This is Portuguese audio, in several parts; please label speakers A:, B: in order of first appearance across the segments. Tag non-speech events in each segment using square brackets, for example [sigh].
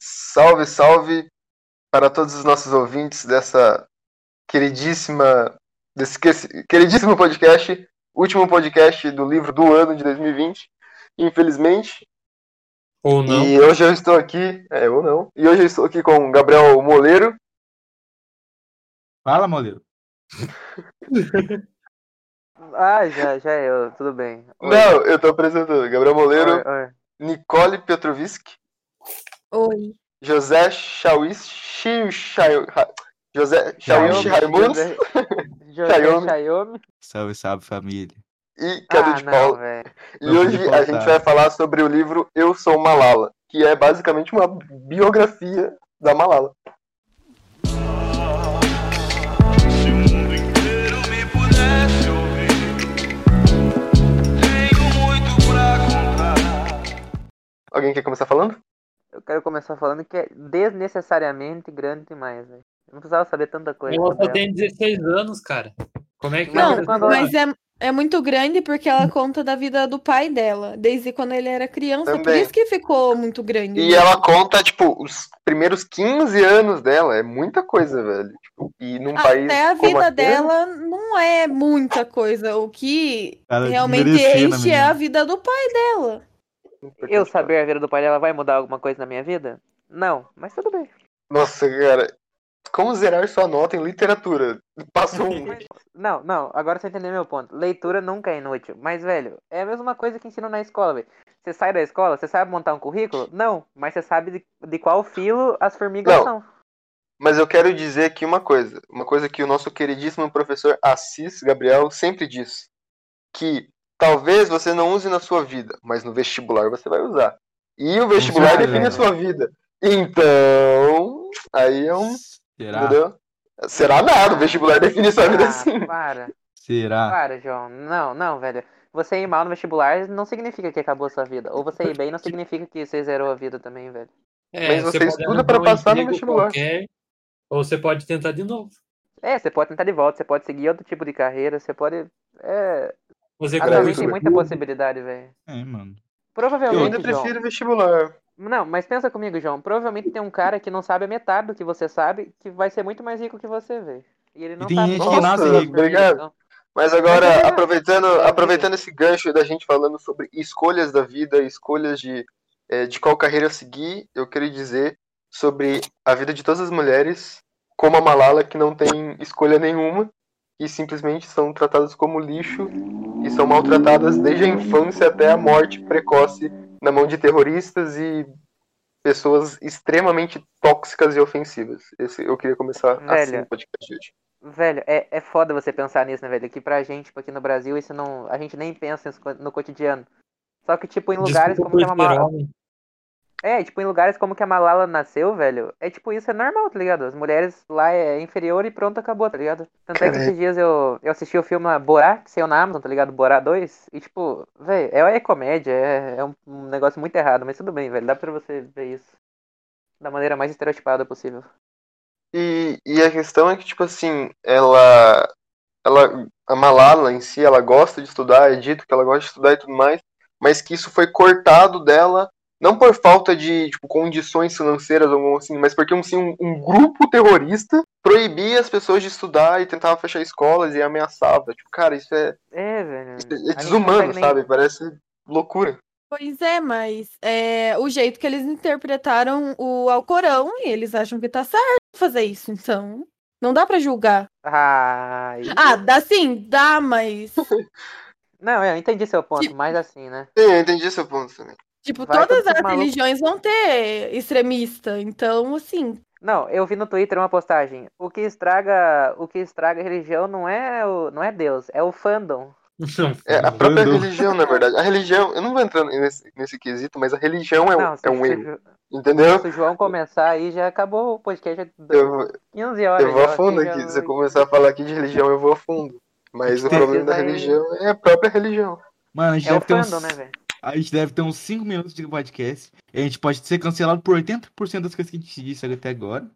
A: Salve, salve para todos os nossos ouvintes dessa queridíssima, desse que- queridíssimo podcast, último podcast do livro do ano de 2020, infelizmente.
B: Ou não.
A: E hoje eu estou aqui, é, ou não, e hoje eu estou aqui com o Gabriel Moleiro
C: Fala, Moleiro.
D: Ah, já, já eu, tudo bem. Oi,
A: Não, eu tô apresentando. Gabriel Moleiro,
D: oi, oi.
A: Nicole Petrovisk,
E: Oi.
A: José Chauishi, Chau- Ra- José Chauishi
C: Xiaomi,
A: Raimundos
D: José-
A: Xiaomi.
D: José Xiaomi.
C: Salve, salve, família.
A: e Cadu
D: ah,
A: de
D: não,
A: Paula.
D: velho.
A: E
C: Não
A: hoje
C: podia
A: a
C: faltar.
A: gente vai falar sobre o livro Eu Sou Malala, que é basicamente uma biografia da Malala.
F: Se o mundo inteiro me pudesse ouvir, tenho muito pra contar.
A: Alguém quer começar falando?
D: Eu quero começar falando que é desnecessariamente grande demais, velho. Eu não precisava saber tanta coisa.
B: Ela
D: sobre
B: só
D: ela.
B: tem 16 anos, cara. Como é que
D: Não,
B: vai-
D: quando-
E: Mas é, é muito grande porque ela conta da vida do pai dela, desde quando ele era criança. Por
A: Também.
E: isso que ficou muito grande. né?
A: E ela conta, tipo, os primeiros 15 anos dela. É muita coisa, velho. Tipo, e num país.
E: Até a
A: como né?
E: vida
A: aquele-
E: dela não é muita coisa. O que
C: Cara,
E: realmente
C: desmerecendo,
E: enche é
C: né, menina.
E: a vida do pai dela.
D: Eu saber a vida do pai dela vai mudar alguma coisa na minha vida? Não, mas tudo bem.
A: Nossa, cara. Como zerar sua nota em literatura? Passou [laughs] um.
D: Não, não, agora você entendeu meu ponto. Leitura nunca é inútil. Mas, velho, é a mesma coisa que ensinam na escola, velho. Você sai da escola, você sabe montar um currículo? Não, mas você sabe de, de qual filo as formigas
A: Não.
D: são.
A: Mas eu quero dizer aqui uma coisa, uma coisa que o nosso queridíssimo professor Assis Gabriel sempre diz, que talvez você não use na sua vida, mas no vestibular você vai usar. E o vestibular
C: certeza.
A: define a sua vida. Então, aí é um,
C: Será?
A: entendeu? Será nada, o vestibular [laughs] define sua vida assim.
D: Ah,
A: sim.
D: para.
C: Será?
D: Para, João. Não, não, velho. Você ir mal no vestibular não significa que acabou sua vida. Ou você ir bem não significa que você zerou a vida também, velho.
B: É,
A: Mas você
B: pode
A: estuda
B: arranjar
A: pra passar no
B: emprego
A: vestibular.
B: qualquer, ou você pode tentar de novo.
D: É, você pode tentar de volta, você pode seguir outro tipo de carreira, você pode. É.
B: Você
D: A
A: Cara,
D: sua vida
A: eu
D: tem
A: sou-
D: muita possibilidade, velho.
C: É, mano.
A: Eu
D: Provavelmente.
A: ainda
D: João-
A: prefiro vestibular.
D: Não, mas pensa comigo, João. Provavelmente tem um cara que não sabe a metade do que você sabe, que vai ser muito mais rico que você, velho. E ele não
C: tem
D: sabe
C: gente
D: qual
C: que
D: é o
C: nasce
D: seu
A: rico.
D: perfil,
A: Obrigado.
D: então.
A: Mas
D: Mas é
A: agora,
D: verdade.
A: aproveitando,
D: É a vida.
A: aproveitando esse gancho da gente falando sobre escolhas da vida, escolhas de, eh, de qual carreira seguir, eu queria dizer sobre a vida de todas as mulheres, como a Malala, que não tem escolha nenhuma e simplesmente são tratadas como lixo e são maltratadas desde a infância até a morte precoce na mão de terroristas e pessoas extremamente tóxicas e ofensivas. Esse, eu queria começar assim
D: Velho.
A: o podcast de hoje.
D: Velho, é, é foda você pensar nisso, né, velho? Que pra gente, tipo, aqui no Brasil, isso não. A gente nem pensa isso co- no cotidiano. Só que, tipo, em lugares
B: Desculpa
D: como que a
B: por ser
D: Malala.
B: homem.
D: É, tipo, em lugares como que a Malala nasceu, velho, é tipo, isso é normal, tá ligado? As mulheres lá é inferior e pronto, acabou, tá ligado? Tanto é que
A: Cara,
D: esses dias eu, eu assisti o filme lá, Borá, que saiu na Amazon, tá ligado? Borá 2, e tipo, velho, é, é comédia, é, é um, um negócio muito errado, mas tudo bem, velho, dá pra você ver isso da maneira mais estereotipada possível.
A: E, e a questão é que, tipo assim, ela, ela, a Malala em si, ela gosta de estudar, é dito que ela gosta de estudar e tudo mais, mas que isso foi cortado dela, não por falta de, tipo, condições financeiras ou algo assim, mas porque um, assim, um, um grupo terrorista proibia as pessoas de estudar e tentava fechar escolas e ameaçava. Tipo, cara, isso é,
D: É, velho.
A: isso é
D: não
A: desumano,
D: consegue nem-
A: sabe? Parece loucura.
E: Pois é, mas é, o jeito que eles interpretaram o Alcorão, e eles acham que tá certo fazer isso, então. Não dá pra julgar.
D: Ah, isso-
E: Ah, dá sim, dá, mas.
D: Não, eu entendi seu ponto,
E: Tipo-
D: mas assim, né?
A: Sim, eu entendi seu ponto também.
E: Tipo,
D: Vai
E: todas
D: todo
E: as
D: maluco.
E: religiões vão ter extremista. Então, assim,
D: Não, eu vi no Twitter uma postagem. O que estraga, o que estraga a religião não é o, não é Deus, é o fandom.
A: É, a própria
C: Entendo.
A: religião, na verdade. A religião, eu não vou entrar nesse, nesse quesito, mas a religião é um,
D: não, se,
A: é um
D: se-
A: erro, entendeu?
D: se o João começar aí já acabou o podcast já deu
A: Eu,
D: 15 horas.
A: eu vou a
D: já, assim,
A: fundo
D: já-
A: aqui. Se eu começar a falar aqui de religião, eu vou a fundo. Mas o
C: Tem-
A: problema da
D: vai-
A: religião é a própria religião.
C: Mano, a gente,
D: É o
C: deve ter uns,
D: fandom, né, velho?
C: a gente deve ter uns 5 minutos de podcast. E a gente pode ser cancelado por 80% das coisas que a gente disse até agora.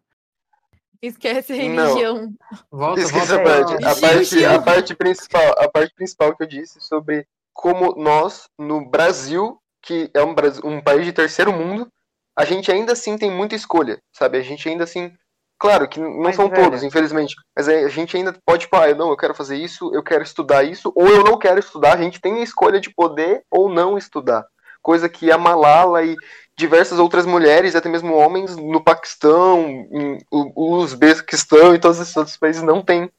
E: esquece a
A: Não.
E: religião.
B: Volta,
A: Esqueci
B: volta.
A: a parte. A
E: Chiu,
A: parte,
E: chiu.
A: a parte principal, a parte principal que eu disse sobre como nós, no Brasil, que é um, Brasil- um país de terceiro mundo, a gente ainda assim tem muita escolha, sabe? A gente ainda assim. Claro que não
D: Mas, né?
A: são
D: velho-
A: todos, infelizmente. Mas é, a gente ainda pode, tipo, ah, eu não, eu quero fazer isso, eu quero estudar isso, ou eu não quero estudar. A gente tem a escolha de poder ou não estudar. Coisa que a Malala e diversas outras mulheres, até mesmo homens, no Paquistão, em o- Uzbequistão e todos esses outros países não têm.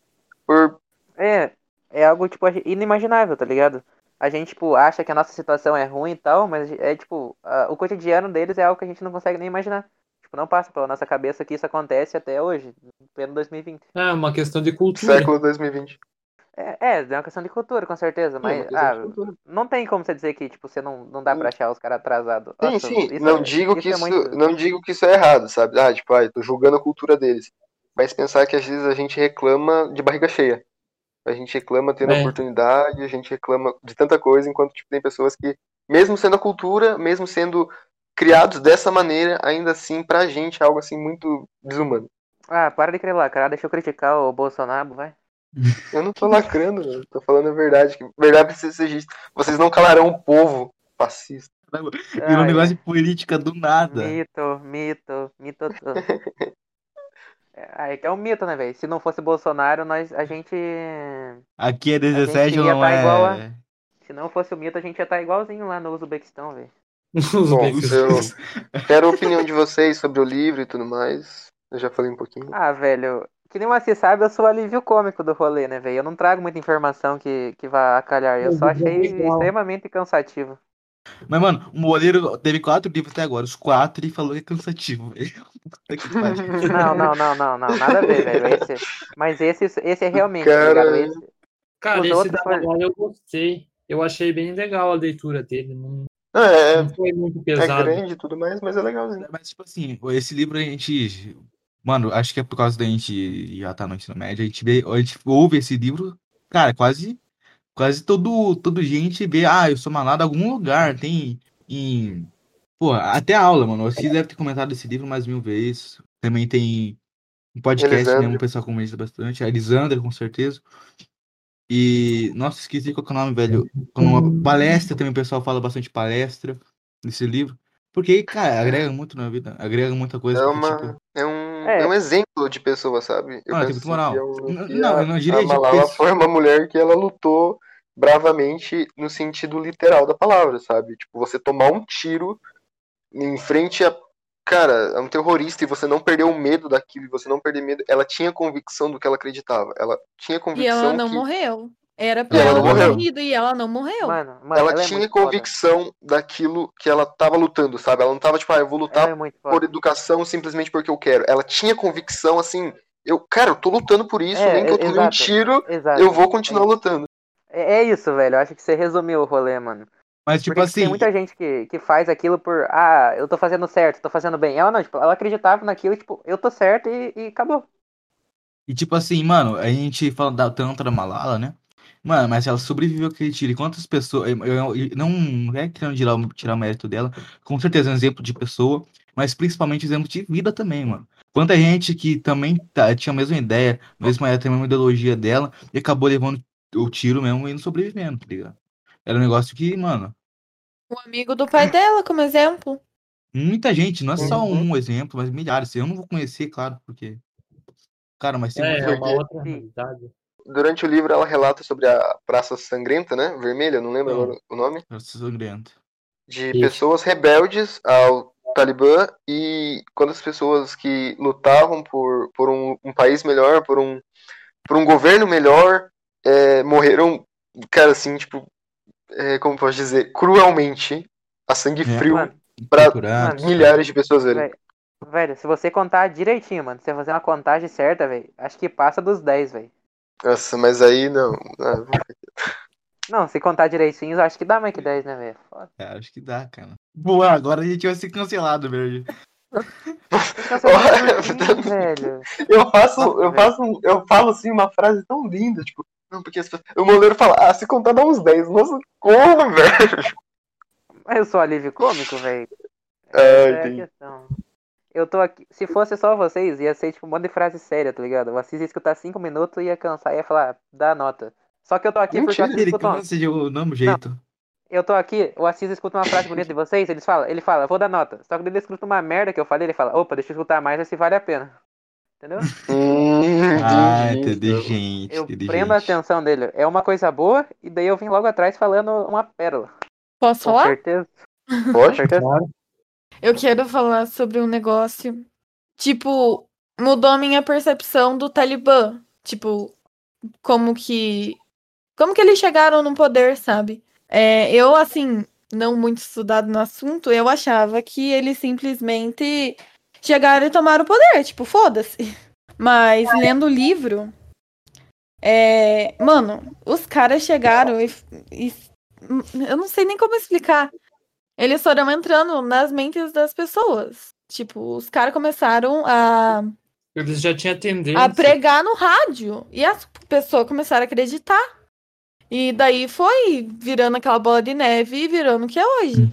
A: Por...
D: É, é algo, tipo, inimaginável, tá ligado? A gente, tipo, acha que a nossa situação é ruim e tal, mas é, tipo, a- o cotidiano deles é algo que a gente não consegue nem imaginar. Tipo, não passa pela nossa cabeça que isso acontece até hoje, pleno 2020.
B: É uma questão de cultura.
A: Século 2020.
D: É, é, é uma questão de cultura, com certeza,
A: É
D: mas,
A: uma questão de
D: ah,
A: cultura.
D: não tem como você dizer que, tipo, você não, não dá pra achar os caras atrasados.
A: Sim,
D: Nossa,
A: sim,
D: isso
A: não
D: é-
A: digo que
D: é
A: isso,
D: muito-
A: não digo que isso é errado, sabe? Ah, tipo, ah, eu tô julgando a cultura deles. Mas pensar que às vezes a gente reclama de barriga cheia. A gente reclama tendo
B: É.
A: oportunidade, a gente reclama de tanta coisa, enquanto tipo, tem pessoas que, mesmo sendo a cultura, mesmo sendo criados dessa maneira, ainda assim, pra gente é algo assim muito desumano.
D: Ah, para de querer lacrar, deixa eu criticar o Bolsonaro, vai.
A: Eu não tô lacrando, velho. Tô falando a verdade. Que verdade precisa ser dita. Vocês não calarão o povo fascista.
C: Virou um
D: Ai, é.
C: negócio de política do nada.
D: Mito, mito, mito. é, é que é um mito, né, velho? Se não fosse Bolsonaro, nós, a gente.
C: Aqui é
D: A
C: 17,
D: gente ia
C: não
D: pra
C: é.
D: igual a- Se não fosse o mito, a gente ia estar igualzinho lá no Uzbequistão, velho.
B: [laughs] Os
A: Bom,
B: becos.
A: eu quero a opinião de vocês sobre o livro e tudo mais. Eu já falei um pouquinho.
D: Ah, velho. Que nem você sabe, eu sou o alívio cômico do rolê, né, velho? Eu não trago muita informação que, que vá acalhar. Eu
B: Mas
D: só
B: eu vou
D: achei
C: é
B: pegar.
D: extremamente cansativo.
C: Mas, mano, o Moleiro teve quatro livros até agora. Os quatro ele falou que é cansativo, [laughs] velho. Puta que pariu.
D: Não, não, não, não, não. Nada a ver, velho. Esse- mas esse, esse é realmente,
A: Cara,
D: tá ligado? Esse-
B: Cara,
D: Os
B: esse
D: outros
B: da
D: foi-
B: Malala eu gostei. Eu achei bem legal a leitura dele. Não,
A: Não, é,
B: não foi muito
A: é
B: pesado.
A: grande e tudo mais, mas é legalzinho.
C: Mas, tipo assim, esse livro a gente. Mano, acho que é por causa da gente já tá no ensino médio, a gente, vê, a gente ouve esse livro, cara, quase. Quase todo, todo gente vê, ah, eu sou malado em algum lugar, tem em. Pô, até aula, mano. Vocês devem ter comentado esse livro mais mil vezes. Também tem um podcast
A: Elisandro.
C: mesmo, o pessoal comenta bastante. A Elisandra, com certeza. E, nossa, esqueci qual que é o nome, velho. Quando
D: Hum.
C: uma palestra também, o pessoal fala bastante palestra nesse livro. Porque, cara, agrega muito na vida. Agrega muita coisa.
A: É,
C: porque,
A: uma,
C: tipo,
A: é, um,
D: É.
A: é um exemplo de pessoa, sabe? Eu
C: Ah, tem
A: penso
C: muito moral.
A: que é um-
C: Não,
A: que
C: não,
A: a-
C: eu não diria
A: a
C: de
A: Malala
C: pessoa.
A: foi uma mulher que ela lutou bravamente no sentido literal da palavra, sabe? Tipo, você tomar um tiro em frente a, cara, a um terrorista e você não perder o medo daquilo, e você não perder medo. Ela tinha convicção do que ela acreditava. Ela tinha
E: E
A: convicção
E: ela não
A: que
E: morreu. Era pra
A: E ela
E: ela
A: não
E: ter
A: morreu.
E: morrido e ela não morreu.
D: Mano, mano,
A: ela,
D: é
A: tinha
D: muito foda.
A: convicção daquilo que ela tava lutando, sabe? Ela não tava tipo, ah, eu vou lutar
D: Ela é muito foda.
A: por educação simplesmente porque eu quero. Ela tinha convicção assim, eu, cara, eu tô lutando por isso,
D: É,
A: nem que eu
D: é-
A: tome um
D: exato. É.
A: tiro,
D: Exato.
A: eu vou continuar lutando.
D: É, é isso, velho. Eu acho que você resumiu o rolê, mano.
C: Mas, tipo
D: Porque
C: assim.
D: tem muita gente que, que faz aquilo por, ah, eu tô fazendo certo, tô fazendo bem. Ela não, tipo, ela acreditava naquilo, tipo, eu tô certo e, e acabou.
C: E tipo assim, mano, a gente fala da, tanto da Malala, né? Mano, mas ela sobreviveu àquele tiro. E quantas pessoas. Eu, eu- eu- não, não é querendo tirar, o- tirar o mérito dela. Com certeza é um exemplo de pessoa. Mas principalmente um exemplo de vida também, mano. Quanta gente que também tá- tinha a mesma ideia, mesma, até a mesma ideologia dela, e acabou levando o tiro mesmo e não sobrevivendo, tá ligado? Era um negócio que, mano,
E: Um amigo do pai dela, como exemplo.
C: muita gente, não é só
D: Uhum.
C: um exemplo, mas milhares. Eu não vou conhecer, claro, porque. Cara, mas tem
B: É,
C: muita
B: é uma outra
D: Sim.
B: realidade.
A: Durante o livro ela relata sobre a Praça Sangrenta, né? Vermelha, não lembro
C: Não.
A: agora o nome.
C: gente sangrenta.
A: de
B: Isso.
A: pessoas rebeldes ao Talibã e quando as pessoas que lutavam por, por um, um país melhor, por um, por um governo melhor, é, morreram, cara, assim, tipo, é, como posso dizer, cruelmente, a sangue
C: É.
A: frio,
D: Mano,
A: Pra-
C: Torturados,
D: mano,
A: milhares de pessoas velho.
D: Velho, velho, se você contar direitinho, mano, se você fazer uma contagem certa, velho, acho que passa dos 10, velho.
A: Nossa, mas aí não. Ah,
D: Não, se contar direitinho, eu acho que dá mais que 10, né, velho? Foda.
C: É, acho que dá, cara. Boa, agora a gente vai ser cancelado,
D: [laughs]
C: velho.
D: Então,
A: [laughs]
D: você
A: Olha,
D: tá dormindo, velho.
A: [laughs] Eu faço, eu
D: velho.
A: faço, um- eu falo assim uma frase tão linda, tipo, não, porque as pessoas- o moleiro fala, ah, se contar dá uns 10. Nossa, como, velho?
D: Mas eu sou alívio cômico, velho.
A: Ah,
D: Essa é a
A: entendi.
D: questão. Eu tô aqui. Se fosse só vocês, ia ser tipo um monte de frase séria, tá ligado? Vocês ia escutar 5 minutos, ia cansar, ia falar, dá nota. Só que eu tô aqui porque
A: Mentira, assim?
D: vocês
C: Ele
D: escutam.
C: cansa de o mesmo jeito.
D: Eu tô aqui, o Assis escuta uma frase bonita de vocês, eles falam, ele fala, vou dar nota. Só que daí ele escuta uma merda que eu falei, ele fala, opa, deixa eu escutar mais, ver se vale a pena. Entendeu?
A: Hum,
C: Ah,
A: entendi.
C: inteligente,
D: Eu
C: inteligente.
D: prendo a atenção dele. É uma coisa boa, e daí eu vim logo atrás falando uma pérola.
E: Posso
D: Com
E: falar?
D: certeza. Com
A: Pode?
D: certeza.
E: Eu quero falar sobre um negócio. Tipo, mudou a minha percepção do Talibã. Tipo, como que. Como que eles chegaram no poder, sabe? É, eu, assim, não muito estudado no assunto, eu achava que eles simplesmente chegaram e tomaram o poder. Tipo, foda-se. [laughs] Mas lendo o livro. é, mano, os caras chegaram e- e. Eu não sei nem como explicar. Eles foram entrando nas mentes das pessoas. Tipo, os caras começaram a,
B: Eles já tinham tendência.
E: a pregar no rádio. E as pessoas começaram a acreditar. E daí foi virando aquela bola de neve e virando o que é
C: Hum.
E: hoje.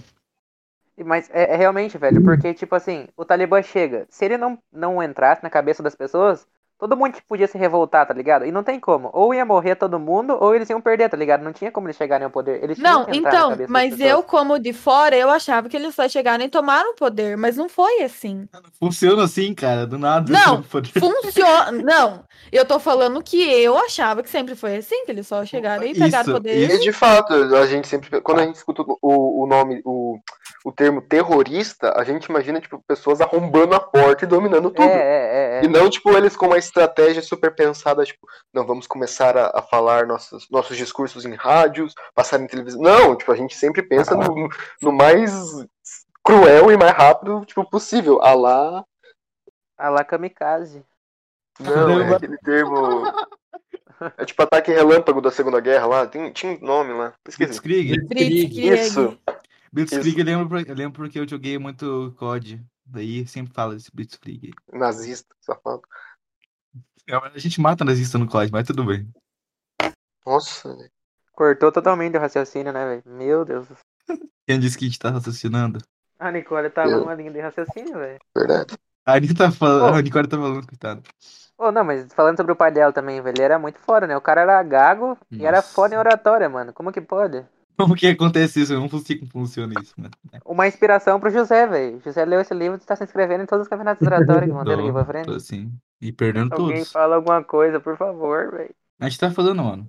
D: Mas é, é realmente, velho, porque, tipo assim, o Talibã chega. Se ele não, não entrasse na cabeça das pessoas, todo mundo tipo, podia se revoltar, tá ligado? E não tem como. Ou ia morrer todo mundo, ou eles iam perder, tá ligado? Não tinha como eles chegarem ao poder. Eles tinham
E: Não,
D: que entrar na
E: então,
D: cabeça das
E: mas
D: pessoas.
E: eu, como de fora, eu achava que eles só chegaram e tomaram o poder, mas não foi assim.
C: Funciona assim, cara, do nada. [laughs]
E: Não,
C: Pode-
E: Funciona.
C: [laughs]
E: não, eu tô falando que eu achava que sempre foi assim, que eles só chegaram e pegaram
C: Isso,
E: o poder.
C: isso.
A: E de fato, a gente sempre. Quando a gente escuta o, o nome, o, o termo terrorista, a gente imagina, tipo, pessoas arrombando a porta e dominando tudo.
D: É, é, é, é.
A: E não, tipo, eles com uma estratégia super pensada, tipo, não, vamos começar a, a falar nossos, nossos discursos em rádios, passar em televisão. Não, tipo, a gente sempre pensa no, no mais cruel e mais rápido, tipo, possível. A lá.
D: A la kamikaze.
A: Não, é aquele termo.
D: [laughs]
A: É tipo ataque relâmpago da Segunda Guerra lá. Tem, tinha um nome lá. Esqueci.
C: Blitzkrieg.
E: Blitzkrieg.
A: Isso.
C: Blitzkrieg, eu lembro, pra- eu lembro porque eu joguei muito COD. Daí sempre fala desse Blitzkrieg.
A: Nazista, tá safado.
C: É, mas A gente mata nazista no COD, mas tudo bem.
A: Nossa, né?
D: Cortou totalmente o raciocínio, né, velho? Meu Deus. do céu.
C: Quem disse que a gente tá raciocinando?
D: A Nicole tava
A: Eu-
D: numa linha de raciocínio, velho.
A: verdade.
C: A Anitta tá falando,
D: Ô.
C: a Nicole tá falando, coitado.
D: Ô, não, mas falando sobre o pai dela também, velho, ele era muito foda, né? O cara era gago e era
C: Nossa.
D: foda em oratória, mano. Como que pode?
C: Como que acontece isso? Eu não sei como funciona isso, mano.
D: Uma inspiração pro José, velho. José leu esse livro e tá se inscrevendo em todos os campeonatos de oratória que vão ter aqui pra
C: Tô,
D: frente.
C: tô assim. E perdendo
D: Alguém
C: todos.
D: fala alguma coisa, por favor, velho. O
C: A gente tá falando, mano.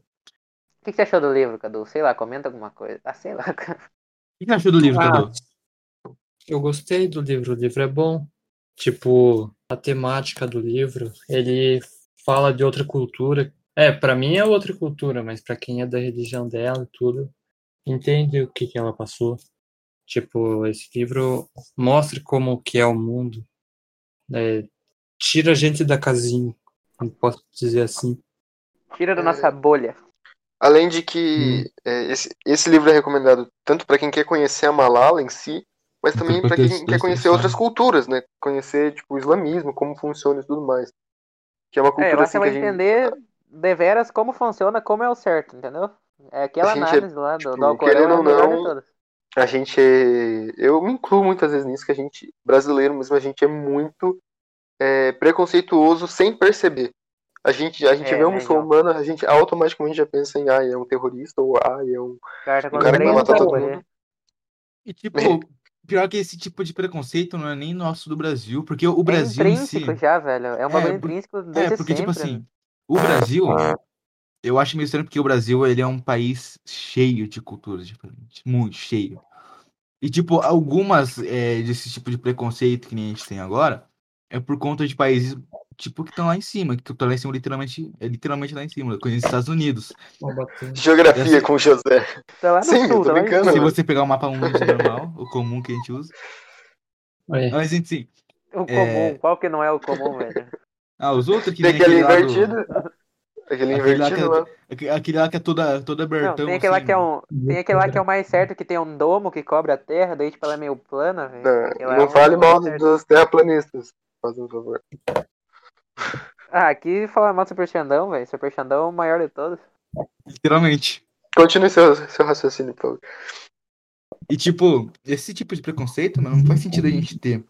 D: que, que você achou do livro, Cadu? Sei lá, comenta alguma coisa. Ah, sei lá, cara.
C: O que que achou do livro,
B: Ah,
C: Cadu?
B: Eu gostei do livro, o livro é bom. Tipo, a temática do livro, ele fala de outra cultura. É, pra mim é outra cultura, mas pra quem é da religião dela e tudo, entende o que que ela passou. Tipo, esse livro mostra como que é o mundo. né? Tira a gente da casinha, como posso dizer assim.
D: Tira
A: É.
D: da nossa bolha.
A: Além de
C: Hum.
A: que é, esse, esse livro é recomendado tanto para quem quer conhecer a Malala em si, mas
C: Tanto
A: também
C: pra
A: para
C: quem
A: quem
C: é
A: quer conhecer
C: interessado.
A: outras culturas, né? Conhecer tipo o islamismo, como funciona e tudo mais. Que é uma
D: É,
A: cultura
D: lá
A: assim
D: você
A: que
D: vai
A: a gente
D: entender deveras como funciona, como é o certo, entendeu? É aquela
A: A gente é,
D: análise lá do,
A: tipo,
D: do Alcorão,
A: querendo
D: é a
A: ou
D: melhor
A: não,
D: de todas.
A: a gente é- eu me incluo muitas vezes nisso que a gente brasileiro mesmo a gente é muito é, preconceituoso sem perceber a gente a gente
D: É,
A: vê um
D: né,
A: muçulmano a gente automaticamente já pensa em ah é um terrorista ou ah é um
D: Carta
A: o cara que vai
D: três,
A: matar
D: não
A: todo
D: pode.
A: mundo
C: E tipo,
D: [laughs]
C: pior que esse tipo de preconceito não é nem nosso do Brasil, porque o Brasil
D: é
C: em si.
D: intrínseco já, velho. É um
C: É,
D: bagulho
C: por-
D: intrínseco desde
C: É, porque, tipo
D: sempre, né?
C: assim, o Brasil, eu acho meio estranho porque o Brasil, ele é um país cheio de culturas diferentes, muito cheio. E, tipo, algumas é, desse tipo de preconceito que nem a gente tem agora é por conta de países, tipo, que estão lá em cima, que estão lá em cima literalmente, é literalmente lá em cima, como os Estados Unidos.
B: Ó, batendo.
A: geografia
C: Essa-
A: com José
D: Tá lá no
A: Sim, eu
D: sul,
A: tô
D: tá lá em
A: brincando,
C: Se
D: cima.
A: mano.
C: você pegar o mapa mundi normal, o comum que a gente
D: [laughs]
C: usa.
B: É.
C: Mas, enfim,
D: O
C: É.
D: comum, qual que não é o comum,
A: [laughs]
D: velho?
C: ah, os outros que
A: tem
C: nem
A: aquele
C: lá do-
A: invertido aquele
C: Aquele lá que
A: invertido
C: é-
A: lá
C: aquele- Aquele lá que é toda, toda
D: Não,
C: abertão,
A: Então,
D: tem aquele lá
C: assim,
D: que é um. Tem aquele lá que é o mais certo, que tem um domo que cobre a terra, daí tipo ela é meio plana, velho. Aquele lá
A: não,
D: é
A: não
D: um-
A: fale mal
D: certo.
A: dos terraplanistas fazendo favor
D: Ah, aqui fala mal do Super Xandão, velho. Super Xandão é o maior de todos.
C: literalmente.
A: continue seu, seu raciocínio por favor.
C: E, tipo, esse tipo de preconceito, mano, não faz sentido a gente ter.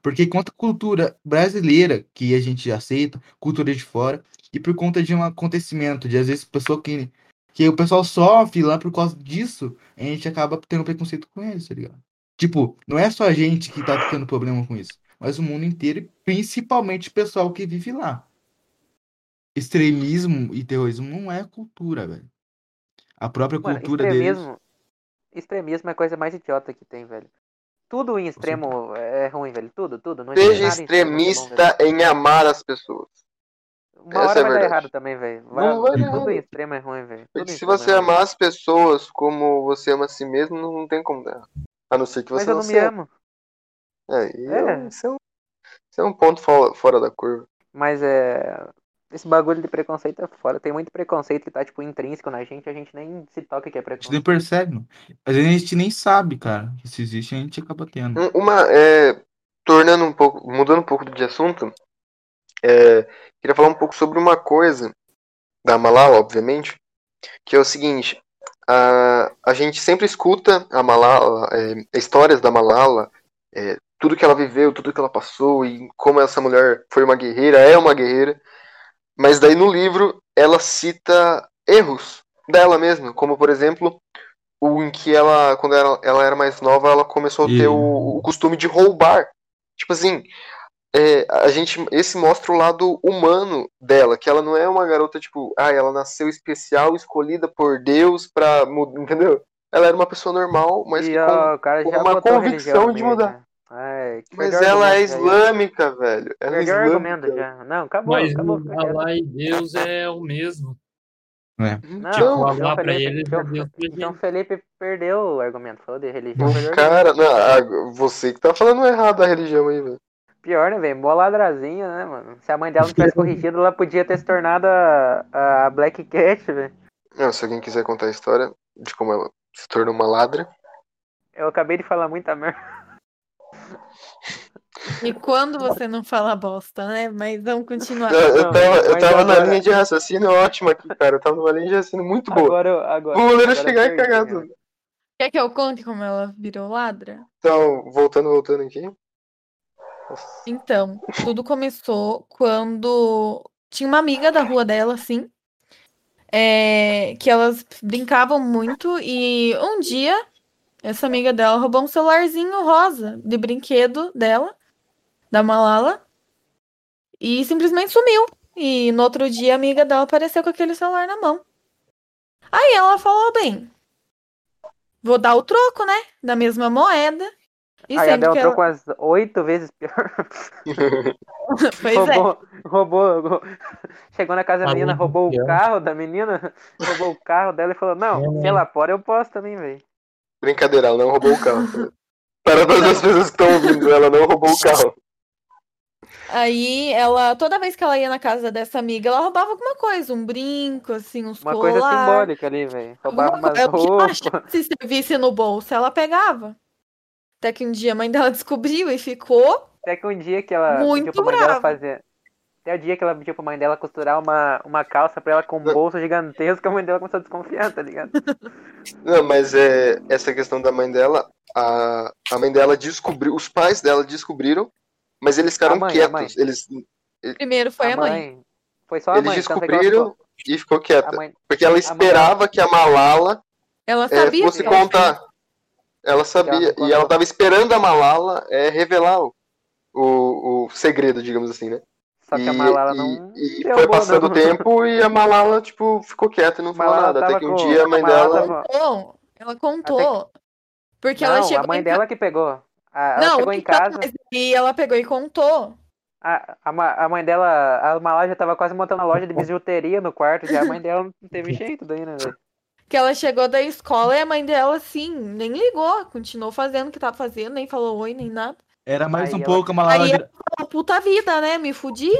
C: Porque conta cultura brasileira que a gente aceita, cultura de fora, e por conta de um acontecimento, de às vezes pessoa que que o pessoal sofre lá por causa disso, a gente acaba tendo preconceito com eles, tá ligado? Tipo, não é só a gente que tá tendo problema com isso, mas o mundo inteiro, e principalmente o pessoal que vive lá. Extremismo e terrorismo não é cultura, velho. A própria
D: Mano,
C: cultura
D: extremismo,
C: deles.
D: extremismo é a coisa mais idiota que tem, velho. Tudo em extremo é ruim, velho. Tudo, tudo. Não existe
A: Seja
D: nada em extremo que é bom,
A: extremista em amar as pessoas.
D: velho. Uma
A: Essa
D: hora
A: é a
D: vai dar
A: verdade.
D: errado também, velho.
A: Não vai dar
D: Vai- Tudo
A: errado.
D: em extremo é ruim, velho. Tudo
A: Porque
D: em
A: se
D: extremo é
A: você
D: ruim.
A: amar as pessoas como você ama a si mesmo, não não tem como dar. errado. A não ser que você
D: Mas eu não
A: não
D: me
A: seja.
D: amo.
A: É, e é um-
D: É.
A: isso, é um, isso é um ponto fora, fora da curva.
D: Mas é. Esse bagulho de preconceito é foda. Tem muito preconceito que tá, tipo, intrínseco na gente. A gente nem se toca que é
C: A gente nem
D: preconceito.
C: percebe, mano. Às vezes a gente nem sabe, cara, que isso existe, a gente acaba tendo.
A: Um- Uma, é, tornando um pouco, mudando um pouco de assunto, é, queria falar um pouco sobre uma coisa da Malala, obviamente, que é o seguinte: a, a gente sempre escuta a Malala, é, histórias da Malala, é, tudo que ela viveu, tudo que ela passou e como essa mulher foi uma guerreira, é uma guerreira. Mas daí no livro ela cita erros dela mesma, como por exemplo o em que ela, quando ela, ela era mais nova, ela começou a ter
C: E-
A: o, o costume de roubar. Tipo assim, é, a gente, esse mostra o lado humano dela, que ela não é uma garota tipo, ah, ela nasceu especial, escolhida por Deus pra mudar, entendeu? Ela era uma pessoa normal, mas
D: E
A: que com-
D: ó, o cara já
A: uma
D: botou religião
A: convicção
D: no
A: de
D: meio,
A: mudar.
D: né? Ai, que
A: Mas
D: melhor
A: ela é
D: argumento, velho.
A: islâmica, velho. Ela é
D: Melhor
A: islâmica.
D: argumento já. Não, acabou,
B: Mas
D: acabou.
B: o Allah e Deus é o mesmo.
D: Não,
B: Tipo,
A: Então,
B: o
D: então
B: Allah pra
D: Felipe-
B: eles é
D: então-
B: Deus pra
D: Então
B: gente.
D: Felipe perdeu o argumento, falou de religião.
A: O
D: melhor
A: cara, não, a- você que tá falando errado da religião aí, velho.
D: Pior, né, velho? Boa ladrazinha, né, mano? Se a mãe dela não
B: [laughs]
D: tivesse corrigido, ela podia ter se tornado a, a Black Cat, velho.
A: Não, se alguém quiser contar a história de como ela se tornou uma ladra.
D: Eu acabei de falar muita merda.
E: E quando você não fala bosta, né? Mas vamos
A: [laughs]
E: continuar.
A: Eu, eu
D: Ah, não,
A: tava, eu
D: mas
A: tava na
D: agora-
A: linha de raciocínio ótima aqui, cara. Eu tava numa linha de raciocínio muito boa.
D: Agora, eu- agora.
A: O goleiro
D: agora eu
A: chegar e
D: perdi,
A: cagar
D: né?
A: tudo.
E: Quer que eu conte como ela virou ladra?
A: Então, voltando, voltando aqui.
E: Então, tudo começou quando tinha uma amiga da rua dela, assim, é, que elas brincavam muito e um dia essa amiga dela roubou um celularzinho rosa de brinquedo dela, da Malala, e simplesmente sumiu. E no outro dia a amiga dela apareceu com aquele celular na mão. Aí ela falou, bem, vou dar o troco, né? Da mesma moeda. E
D: Aí a
E: sempre
D: Del
E: que ela...
D: trocou umas oito vezes pior.
E: [laughs] Pois é.
D: roubou, roubou, roubou. Chegou na casa da
B: Ah,
D: menina,
B: muito
D: roubou o
B: pior.
D: carro da menina, [laughs] roubou o carro dela e falou: Não,
B: Não,
D: se ela pode, eu posso também, velho.
A: Brincadeira, ela não roubou o carro. tá Para todas as pessoas que estão ouvindo, ela não roubou o carro.
E: Aí ela, toda vez que ela ia na casa dessa amiga, ela roubava alguma coisa, um brinco, assim, uns
D: Uma
E: colar.
D: coisa simbólica ali, velho. Roubava
E: alguma
D: umas
E: coisa, o que ela
D: roupas.
E: achasse se servisse no bolso, ela pegava. Até que um dia a mãe dela [laughs] descobriu e ficou.
D: Até que um dia que ela
E: Muito
D: pediu pra mãe dela
E: brava.
D: fazer. Até o dia que ela pediu pra mãe dela costurar uma, uma calça pra ela com um bolso gigantesco, a mãe dela começou a desconfiar, tá ligado?
A: Não, mas é, essa questão da mãe dela, a, a mãe dela descobriu, os pais dela descobriram, mas eles ficaram
D: A mãe, a mãe.
A: quietos. Eles,
E: Primeiro foi a mãe.
D: Foi só a
A: eles
D: mãe. tanto é que ela
A: descobriram
D: ficou-
A: e ficou
D: A
A: quieta.
D: mãe,
A: Porque ela esperava que a Malala
E: Ela
A: é,
E: sabia
A: fosse
E: que assim? ela
A: contar. Ela
D: Ela
A: sabia.
D: não
A: e ela
D: contou.
A: tava esperando a Malala é, revelar o, o, o segredo, digamos assim, né?
D: só que a
A: E-
D: Malala
A: e-
D: não.
A: E,
D: deu
A: foi
D: boa,
A: passando o
D: não.
A: tempo e a Malala, tipo, ficou quieta e não falou
D: Malala
A: nada. Até
D: tava
A: que um
D: com-
A: dia a mãe
D: Malala
A: dela.
D: tava-
E: contou. Ela contou. Porque ela
D: Não,
E: chegou
D: a mãe
E: em
D: dela que pegou. A-
E: ca-
D: Ela
E: Não,
D: chegou em
E: então,
D: casa,
E: mas e ela pegou e contou.
D: a, a, ma- a mãe dela, a Malala já tava quase montando uma loja de bijuteria no quarto, já a mãe dela não
E: [laughs]
D: teve jeito daí, né, velho?
E: Que ela chegou da escola e a mãe dela, assim, nem ligou, continuou fazendo o que tava fazendo, nem falou oi, nem nada.
C: Era mais
D: Aí
C: um
D: ela-
C: pouco a Malala.
E: Aí
C: vira-
E: Falou, puta vida, né? Me fudi.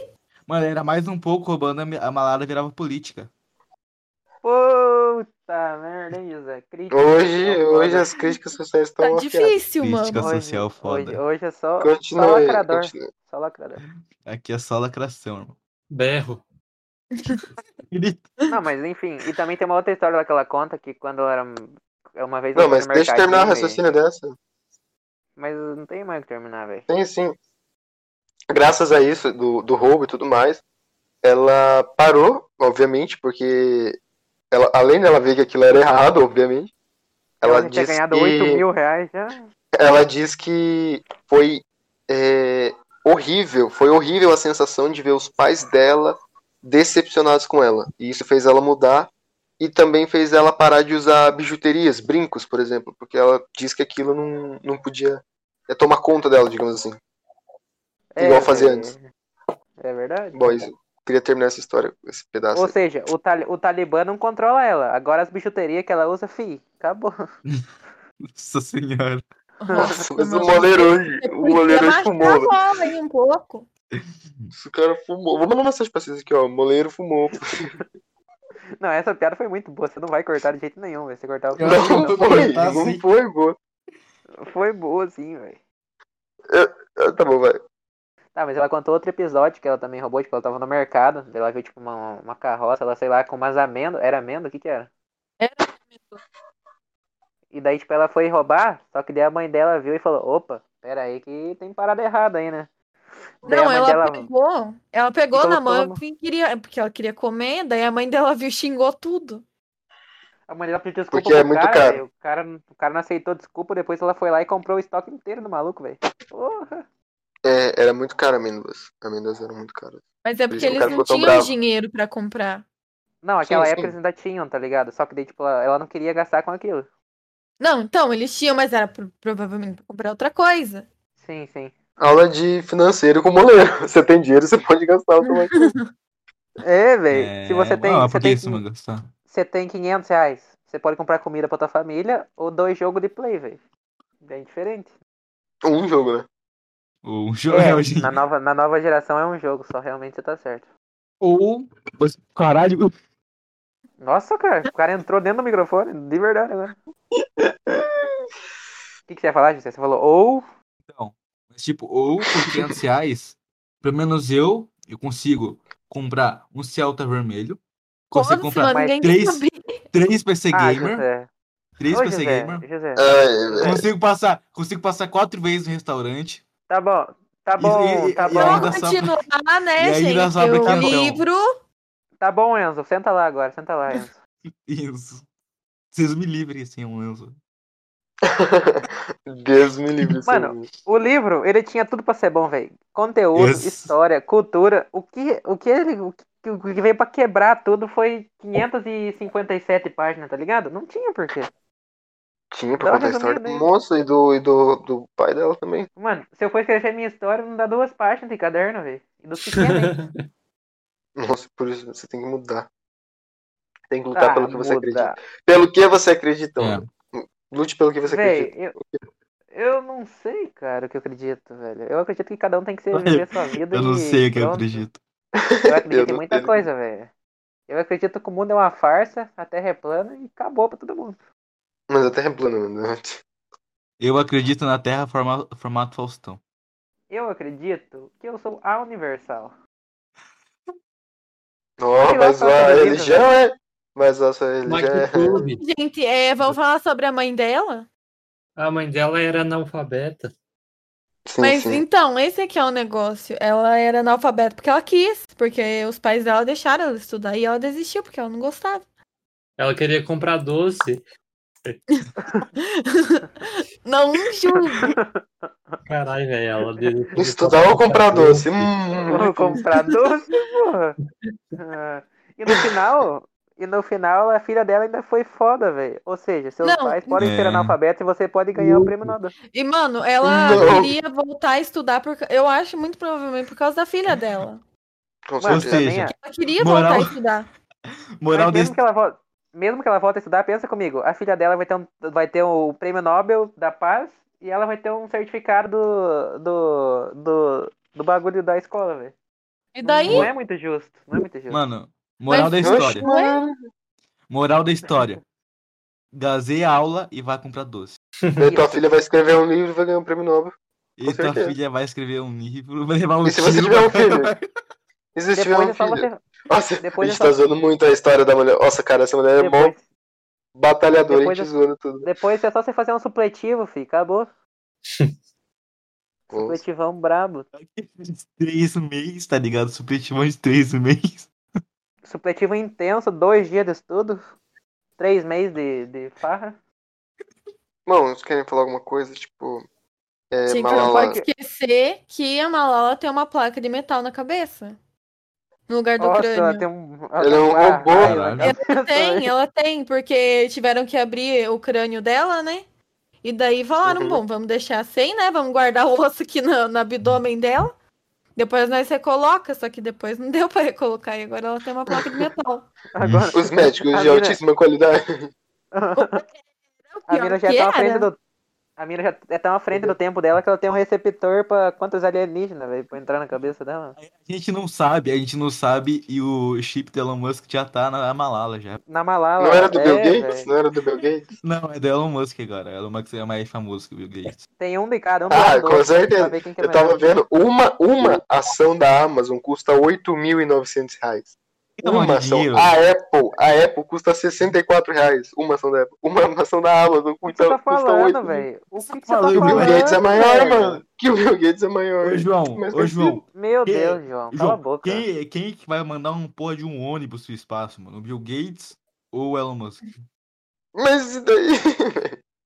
C: Mano, era mais um pouco roubando a mi- a Malala virava política.
D: Puta merda, hein, Isa? Crítica.
A: Hoje,
D: Foda.
A: hoje é as críticas sociais estão
E: Tá
A: né? afiadas.
E: difícil,
C: Crítica.
E: mano.
C: Crítica social foda.
D: Hoje, hoje é só, só
A: Continua aí,
D: lacrador.
A: continua.
D: Só lacrador.
C: Aqui é só lacração, irmão. [laughs]
B: Berro.
C: Grito.
D: Não, mas enfim. E também tem uma outra história lá que ela conta que quando ela era uma vez
A: Não,
D: ela foi
A: mas
D: no
A: deixa eu terminar o
D: mercadinho,
A: raciocínio dessa.
D: e- Mas não tem mais o que terminar, velho.
A: Tem sim. Graças a isso, do, do roubo e tudo mais, ela parou, obviamente, porque ela, além dela ver que aquilo era errado, obviamente, ela,
D: Ela tinha
A: diz
D: ganhado
A: que
D: 8 mil reais já.
A: ela diz que foi é, horrível, foi horrível a sensação de ver os pais dela decepcionados com ela. E isso fez ela mudar e também fez ela parar de usar bijuterias, brincos, por exemplo, porque ela diz que aquilo não, não podia é, tomar conta dela, digamos assim. Igual fazia
D: é-
A: antes.
D: É verdade.
A: Bom, isso, queria terminar essa história, esse pedaço.
D: Ou seja, o, tali- o Talibã não controla ela. Agora as bijuterias que ela usa, fi, acabou. [laughs]
C: Nossa senhora.
A: Nossa, mas o
E: mano.
A: goleiro hoje,
E: Você
A: o
E: podia
A: goleiro hoje
E: baixar
A: fumou. velho.
E: a bola aí um pouco.
A: Esse cara fumou. Vou mandar uma mensagem pra vocês aqui, ó. O goleiro fumou.
D: Não, essa piada foi muito boa. Você não vai cortar de jeito nenhum, velho. Você cortar o
B: Eu acho que
A: Não
B: eu vou
A: foi,
B: cortar,
A: não
B: sim.
A: foi, boa.
D: Foi boa, sim, velho.
A: Ah, Tá bom, vai.
D: Tá, mas ela contou outro episódio que ela também roubou, tipo, ela tava no mercado, daí ela viu, tipo, uma, uma carroça, ela, sei lá, com umas amêndoas. Era amêndoa? O que que era?
E: Era
D: E daí, tipo, ela foi roubar, só que daí a mãe dela viu e falou, opa, pera aí que tem parada errada aí, né? Daí a
E: Não,
D: mãe
E: ela
D: dela-
E: pegou. Ela pegou
D: E
E: na
D: colocou
E: mão
D: na mão.
E: e queria, é porque ela queria comer, daí a mãe dela viu e xingou tudo.
D: A mãe dela pediu desculpa
A: Porque é
D: pro
A: muito
D: cara,
A: caro.
D: velho. O cara, o cara não aceitou desculpa, depois ela foi lá e comprou o estoque inteiro do maluco, velho. Porra!
A: É, era muito caro amêndoas. Amêndoas eram muito caras.
E: Mas é
A: Por
E: porque
A: isso que o
E: eles
A: cara ficou
E: não
A: tão
E: tinham
A: bravo.
E: dinheiro pra comprar.
D: Não, aquela
A: Sim, sim.
D: época eles ainda tinham, tá ligado? Só que daí, tipo, ela, ela não queria gastar com aquilo.
E: Não, então, eles tinham, mas era pro- provavelmente pra comprar outra coisa.
D: Sim, sim.
A: Aula de financeiro com moleiro. [laughs] Você tem dinheiro, você pode gastar o seu
D: É, velho.
C: É,
D: Se você tem,
C: ah,
D: você
C: por que
D: tem
C: isso,
D: quin-
C: mano? Gostar?
D: você tem 500 reais, você pode comprar comida pra tua família ou dois jogos de play, velho. Bem diferente.
A: Um jogo, né?
C: [laughs] Ou um
D: É,
C: jornal, gente.
D: na, nova, na nova geração é um jogo só, realmente você tá certo.
C: Ou. Caralho.
D: Nossa, cara, o cara entrou dentro do microfone, de verdade
C: [laughs]
D: agora. O que, que você ia falar, José? Você falou ou.
C: Mas, tipo, ou por 500 reais, pelo menos eu, eu consigo comprar um Celta vermelho. Consigo
E: Foda-se,
C: comprar
E: assim, mano, ninguém quer
C: três,
E: saber.
C: três PC
D: Ah,
C: Gamer.
D: José.
C: Três
D: Ô,
C: PC
D: José,
C: Gamer.
D: José.
A: É, é,
C: Consigo passar, consigo passar quatro vezes no restaurante.
D: Tá bom, tá bom,
C: e-
D: tá
C: e
D: bom.
C: ainda assim-
E: Vamos
C: sobra-
E: continuar, né,
C: e ainda
E: gente?
C: sobra
E: O
C: quinhentão.
E: livro.
D: Tá bom, Enzo, senta lá agora, senta lá, Enzo.
C: Isso. Vocês me livrem, assim, um Enzo.
A: Deus me livre. assim.
D: Mano, O livro, ele tinha tudo pra ser bom, velho. Conteúdo,
C: Isso.
D: história, cultura. O que, o que ele, o que, o que veio pra quebrar tudo foi 557 páginas, tá ligado? Não tinha porquê.
A: tinha
D: dá
A: pra
D: uma
A: contar a história
D: resumida
A: do
D: aí.
A: moço e do, e do, do pai dela também.
D: Mano, se eu for escrever minha história, não dá duas páginas de caderno, velho.
C: [laughs]
D: E dos pequenos, hein?
A: Nossa, por isso você tem que mudar. Tem que lutar
D: Ah,
A: pelo que você
D: muda.
A: acredita. Pelo que você acredita,
C: É.
A: mano. Lute pelo que você acredita.
D: Véi, eu, eu não sei, cara, o que eu acredito, velho. Eu acredito que cada um tem que ser, viver sua vida.
C: Eu não
D: e
C: sei o que eu
D: pronto.
C: acredito.
D: Eu
A: Eu
D: acredito
A: não
D: em muita
A: sei.
D: coisa, velho. Eu acredito que o mundo é uma farsa, a Terra é plana e acabou pra todo mundo.
A: Mas até é plano, [laughs] mano.
C: Eu acredito na Terra forma- formato Faustão.
D: Eu acredito que eu sou a universal.
A: Ó,
D: Sei lá
A: mas
D: qual
A: a
D: acredita,
A: religião é. Mas a sua religião
B: Mike
A: é.
B: Clube.
E: Gente, é, vamos falar sobre a mãe dela?
B: A mãe dela era analfabeta.
A: Sim,
E: Mas
A: sim.
E: então, esse aqui é o negócio. Ela era analfabeta porque ela quis, porque os pais dela deixaram ela estudar e ela desistiu porque ela não gostava.
B: Ela queria comprar doce.
E: Não julgue.
B: Caralho, velho, ela desistiu de
A: Estudar ou comprar doce?
D: Vou
A: Hum,
D: comprar doce, porra. Ah, E no final, e no final a filha dela ainda foi foda, velho. Ou seja, seus
E: Não.
D: pais podem ser
C: É.
D: analfabetos e você pode ganhar o prêmio Nobel.
E: E, mano, ela
A: Não.
E: queria voltar a estudar, por, ca- eu acho muito provavelmente por causa da filha dela.
A: com
D: Mano,
C: Ou
A: certeza.
D: também
C: seja,
D: é.
E: Ela queria
C: Moral.
E: voltar a estudar.
D: Mas
C: Moral desse.
D: mesmo, que ela volte, mesmo que ela volte a estudar, pensa comigo, a filha dela vai ter, um, vai ter o prêmio Nobel da Paz e ela vai ter um certificado do, do, do, do bagulho da escola, velho.
E: E daí,
D: Não é muito justo, não é muito justo.
C: Mano, moral da
E: Mas-
C: história.
A: Oxe,
C: Moral da história. Gazeia a aula e vai comprar doce.
A: Daí tua filha vai escrever um livro e vai ganhar um prêmio Nobel.
C: E
A: Com
C: tua
A: certeza.
C: filha vai escrever um livro, [laughs] vai levar um
A: E se você
C: tiro,
A: tiver um
C: vai-
A: filho? E se você tiver
D: Depois
A: um
D: é só
A: filho?
D: você.
A: Nossa, a
D: depois é
A: gente
D: só-
A: tá zoando muito a história da mulher. Nossa, cara, essa mulher é mó
D: Depois,
A: batalhadora, a
D: depois
A: gente
D: é-
A: zoando tudo.
D: depois é só você fazer um supletivo, fi. Acabou. Supletivão brabo.
C: de [laughs] três meses, tá ligado? Supletivão de três meses.
D: Supletivo intenso, dois dias de estudo. Três meses de, de farra.
A: Bom, vocês querem falar alguma coisa? Tipo. É,
E: Gente, não
A: Malala.
E: pode esquecer que a Malala tem uma placa de metal na cabeça. No lugar do
D: Nossa, ela
E: crânio.
D: tem um.
A: Ele é um robô.
C: Caralho.
D: Ela
E: Tem, ela tem, porque tiveram que abrir o crânio dela, né? E daí falaram,
A: Uhum.
E: bom, vamos deixar sem, né? Vamos guardar o osso aqui no, no abdômen dela. Depois nós recoloca, só que depois não [laughs] deu pra recolocar. E agora ela tem uma placa de metal.
D: [laughs] Agora,
A: Os médicos
D: A
A: de
D: mina-
A: altíssima qualidade.
E: É o
D: A
E: pior
D: mina já
E: que
D: tá à frente
E: era.
D: do. A mina já é tão à frente do tempo dela que ela tem um receptor pra quantos alienígenas, velho, pra entrar na cabeça dela.
C: A gente não sabe, a gente não sabe e o chip do Elon Musk já tá na Malala já.
D: Na Malala.
A: Não era do
D: é,
A: Bill Gates?
D: velho.
A: Não era do Bill Gates?
C: Não, é do Elon Musk agora. Elon Musk é mais famoso que o Bill
D: [laughs]
C: Gates.
D: Tem um de cada, um de
A: Ah,
D: cada
A: com
D: dois, pra
A: certeza.
D: ver quem que é
A: Eu tava
D: melhor.
A: vendo uma, uma ação da Amazon custa 8.900 reais.
C: Quem tá
A: Uma
C: falando de
A: ação.
C: dinheiro?
A: A Apple, a Apple custa 64 reais. Uma ação da Apple. Uma ação da Amazon
D: O que
A: custa,
D: você tá
A: então, custa
D: falando,
A: 8
D: velho? O que, que você tá
C: falando?
A: Que o
D: falando?
A: Bill Gates é maior,
D: velho?
A: mano. Que o Bill Gates é maior.
C: Ô, João,
A: Mas
C: ô, João.
D: Meu
C: Que-
D: Deus, João, cala a
C: João,
D: boca.
C: quem, quem é que vai mandar um porra de um ônibus pro espaço, mano? O Bill Gates ou o Elon Musk?
A: Mas e daí? [laughs]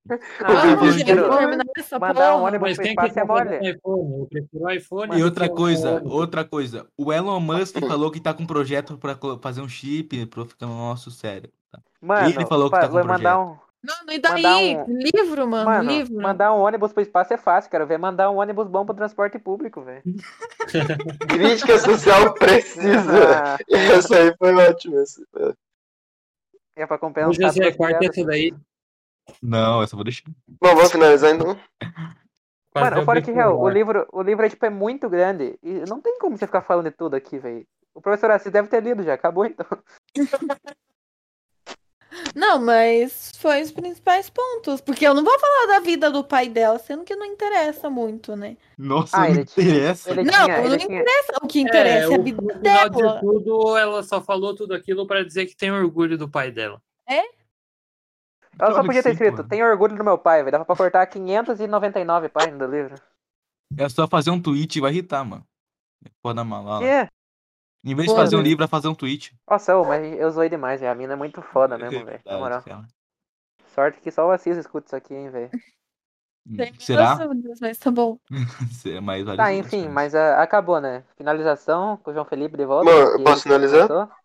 D: Ah,
A: Ô, Bill
E: Vamos,
A: Gates
E: gente,
A: é
D: Pedro,
A: maior.
E: terminar essa
D: Mandar um
E: porra.
D: ônibus
B: Mas
D: pro
B: quem que
D: espaço é mole.
B: compra iPhone? Eu prefiro iPhone.
C: E
B: do
C: outra
B: que um
C: coisa,
B: [laughs] Android.
C: outra coisa. O Elon Musk falou que tá com um projeto pra co- fazer um chip pra ficar no nosso cérebro.
D: Mano,
C: Ele falou que tá com
D: vai mandar um.
E: Mano, e
D: Mandar
E: daí?
D: um-
E: Livro, mano,
D: Mano,
E: livro.
D: mandar um ônibus pro espaço é fácil, cara. Vai mandar um ônibus bom pro transporte público, velho.
A: Crítica social
D: [laughs]
A: precisa.
D: Ah,
A: Essa aí foi ótima. essa-
D: [laughs] é pra
B: Ô,
D: compensar.
B: José,
D: todas as
B: corta
D: piadas.
B: essa daí.
C: Não, essa eu vou deixar.
A: Bom, vamos finalizar então.
B: Quase
D: Mano,
B: deu
D: fora
B: bico
D: que
B: no
D: real, o
B: ar.
D: livro, o livro é, tipo, é muito grande. E não tem como você ficar falando de tudo aqui, velho. O professor Assis deve ter lido já, acabou então.
E: Não, mas foi os principais pontos. Porque eu não vou falar da vida do pai dela, sendo que não interessa muito, né?
C: Nossa,
D: Ah,
C: não
D: ele tinha-
C: interessa.
D: Ele
E: Não,
D: tinha, ele
E: não
D: tinha.
E: O que interessa é,
B: o-
E: a vida
B: no final
E: dela.
B: de tudo, ela só falou tudo aquilo pra dizer que tem orgulho do pai dela.
D: Ela só
C: Claro que
D: podia ter
C: sim,
D: escrito,
C: mano.
D: tenho orgulho do meu pai, velho. Dava pra cortar 599 páginas do livro.
C: É só fazer um tweet e vai irritar, mano. Pô, da malala.
D: Que?
C: Em vez
D: Pô,
C: de fazer um
D: velho.
C: livro, é fazer um tweet. É
D: Nossa, ô, mas eu zoei demais, velho. A mina é muito foda mesmo, velho. Na moral. Sorte que só o Assis escuta isso aqui, hein, velho.
C: Será? [laughs]
E: Nossa, meu Deus, mas tá bom.
C: Será? Mas várias
D: Tá,
C: outras
D: enfim,
C: coisas.
D: mas ah, acabou, né? Finalização com o João Felipe de volta.
A: Mano,
D: que
A: posso
D: ele
A: finalizar?
D: começou.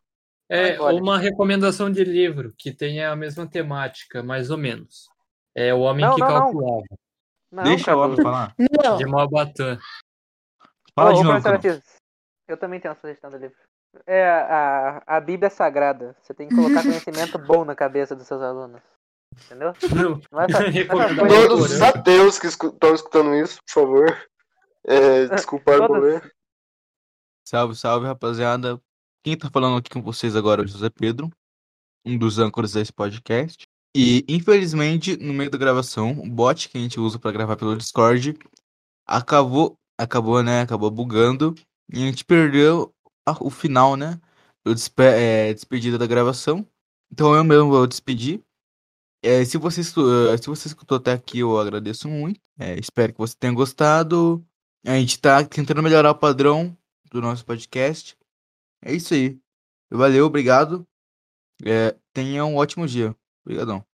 B: É
D: Vai, pode.
B: uma recomendação de livro que tenha a mesma temática, mais ou menos. É O Homem
D: Não,
B: que
D: não, não.
B: Calculava,
D: Não,
C: Deixa o
D: Cadu.
C: homem falar.
E: Não,
B: de
C: [laughs]
B: Maubatã.
C: Fala
D: Ô,
C: de
D: ô,
C: novo,
D: professor
C: Cadu.
D: Assis, eu também tenho uma sugestão do livro. É a, a, a Bíblia é Sagrada. Você tem que colocar conhecimento bom na cabeça dos seus alunos. Entendeu? Não é essa-
C: [laughs]
D: essa
B: Recomendado.
D: coisa de
A: Todos os
D: coroa.
A: ateus que escu- estão escutando isso, por favor. É, desculpa,
D: Todos.
A: Arbolê.
C: Salve, salve, rapaziada. Quem tá falando aqui com vocês agora é o José Pedro, um dos âncoras desse podcast. E, infelizmente, no meio da gravação, o bot que a gente usa pra gravar pelo Discord acabou, acabou, né? Acabou bugando. E a gente perdeu a- o final, né? O despe é, despedida da gravação. Então eu mesmo vou despedir. É, se, você, escu- eh, se você escutou até aqui, eu agradeço muito. É, espero que você tenha gostado. A gente tá tentando melhorar o padrão do nosso podcast. É isso aí. Valeu, obrigado. É, tenha um ótimo dia. Obrigadão.